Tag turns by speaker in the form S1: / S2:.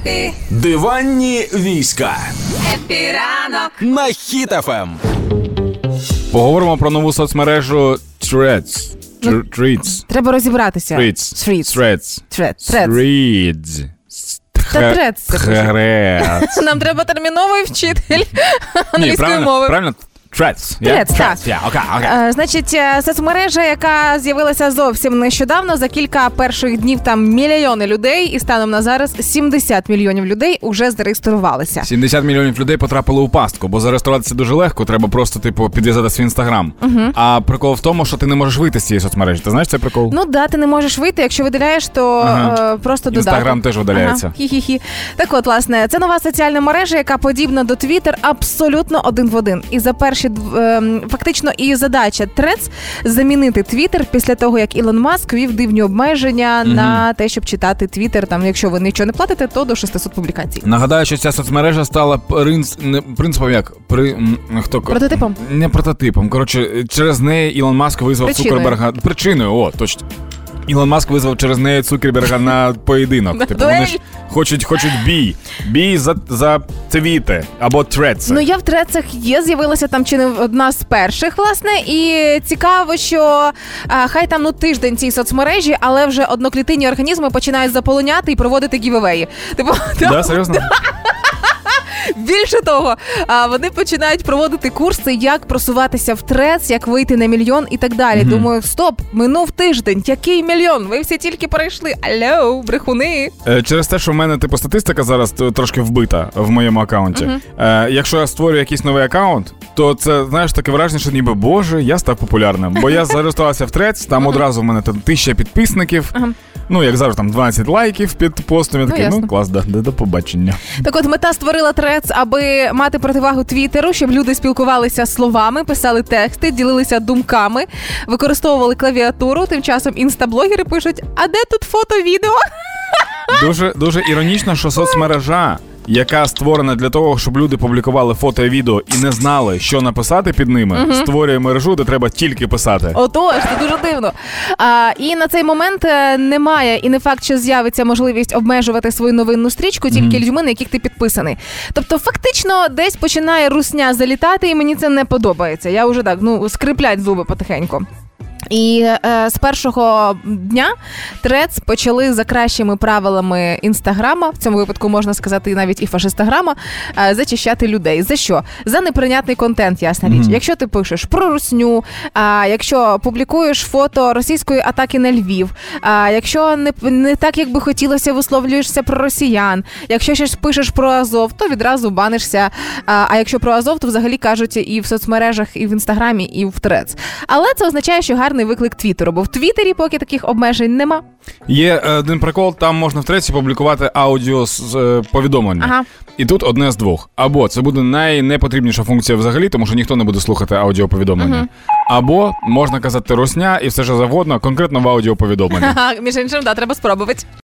S1: Епі,
S2: Диванні війська
S1: епі ранок.
S2: на хітафем.
S3: Ем. Поговоримо про нову соцмережу Threads. Тр- Threads.
S4: Треба розібратися.
S3: Threads.
S4: Ну, Threads.
S3: Threads.
S4: Threads. Threads.
S3: Threads.
S4: Та Threads це
S3: Threads.
S4: Нам треба терміновий вчитель
S3: Ні,
S4: англійської
S3: правильно,
S4: мови.
S3: правильно. Threads. yeah?
S4: Threads, так.
S3: yeah, окей, окей.
S4: Е, Значить, е, соцмережа, яка з'явилася зовсім нещодавно, за кілька перших днів там мільйони людей, і станом на зараз 70 мільйонів людей уже зареєструвалися.
S3: 70 мільйонів людей потрапили у пастку, бо зареєструватися дуже легко, треба просто, типу, підв'язати свій інстаграм. А прикол в тому, що ти не можеш вийти з цієї соцмережі. Ти знаєш цей прикол?
S4: Ну да, ти не можеш вийти. Якщо видаляєш, то
S3: Ага.
S4: е, просто додаток.
S3: Інстаграм теж видаляється.
S4: Ага. Хі-хі-хі. Так от, власне, це нова соціальна мережа, яка подібна до Twitter абсолютно один в один. І за перші дв- ем, фактично і задача Трец замінити Twitter після того, як Ілон Маск вів дивні обмеження на те, щоб читати Twitter. Там, якщо ви нічого не платите, то до 600 публікацій.
S3: Нагадаю, що ця соцмережа стала принц не принципом як при м, хто ко-
S4: Прототипом?
S3: Не прототипом. Коротше, через неї Ілон Маск визвав
S4: Причиною.
S3: Цукерберга. Причиною, о, точно. Ілон Маск визвав через неї Цукерберга на поєдинок.
S4: На
S3: Типу вони ж
S4: дуель.
S3: хочуть, хочуть бій. Бій за, за твіти або треці.
S4: Ну я в трецах є, з'явилася там чи не одна з перших, власне. І цікаво, що а, хай там ну тиждень цій соцмережі, але вже одноклітинні організми починають заполоняти і проводити гівевеї. Типу там
S3: да, серйозно?
S4: більше того, а, вони починають проводити курси, як просуватися в трец, як вийти на мільйон і так далі. Думаю, стоп, минув тиждень. Який мільйон? Ви всі тільки перейшли. Алло, брехуни.
S3: Е, Через те, що в мене типу статистика зараз т- трошки вбита в моєму аккаунті. Е, Якщо я створю якийсь новий аккаунт, то це знаєш таке враження, що ніби Боже, я став популярним. Бо я зареєструвався в трец, там одразу в мене там тисяча підписників. Ну, як завжди, там 12 лайків під постом. Я такий, ну
S4: ясно.
S3: клас, да, да, до побачення.
S4: Так от мета створила трец, аби мати противагу Твіттеру, щоб люди спілкувалися словами, писали тексти, ділилися думками, використовували клавіатуру. Тим часом інстаблогери пишуть: а де тут фото відео?
S3: Дуже дуже іронічно, що соцмережа, яка створена для того, щоб люди публікували фото і відео і не знали, що написати під ними, створює мережу, де треба тільки писати.
S4: Отож, це дуже дивно. А, і на цей момент е, немає, і не факт, що з'явиться можливість обмежувати свою новинну стрічку тільки людьми, на яких ти підписаний. Тобто, фактично, десь починає русня залітати, і мені це не подобається. Я вже так ну скриплять зуби потихеньку. І е, з першого дня трец почали за кращими правилами інстаграма. В цьому випадку можна сказати і навіть і фашистаграма е, зачищати людей. За що? За неприйнятний контент, ясна річ. Якщо ти пишеш про русню, а якщо публікуєш фото російської атаки на Львів, а якщо не, не так, як би хотілося, висловлюєшся про росіян, якщо щось пишеш про Азов, то відразу банишся. А, а якщо про Азов, то взагалі кажуть і в соцмережах, і в інстаграмі, і в трец. Але це означає, що гарний виклик Твіттеру, бо в Твіттері поки таких обмежень нема.
S3: Є е, один прикол, там можна в треці публікувати аудіо з- з е, повідомлення.
S4: Ага.
S3: І тут одне з двох. Або це буде найнепотрібніша функція взагалі, тому що ніхто не буде слухати аудіоповідомлення. Або можна казати русня і все що завгодно, конкретно в аудіоповідомленні.
S4: Ага, між іншим, да, треба спробувати.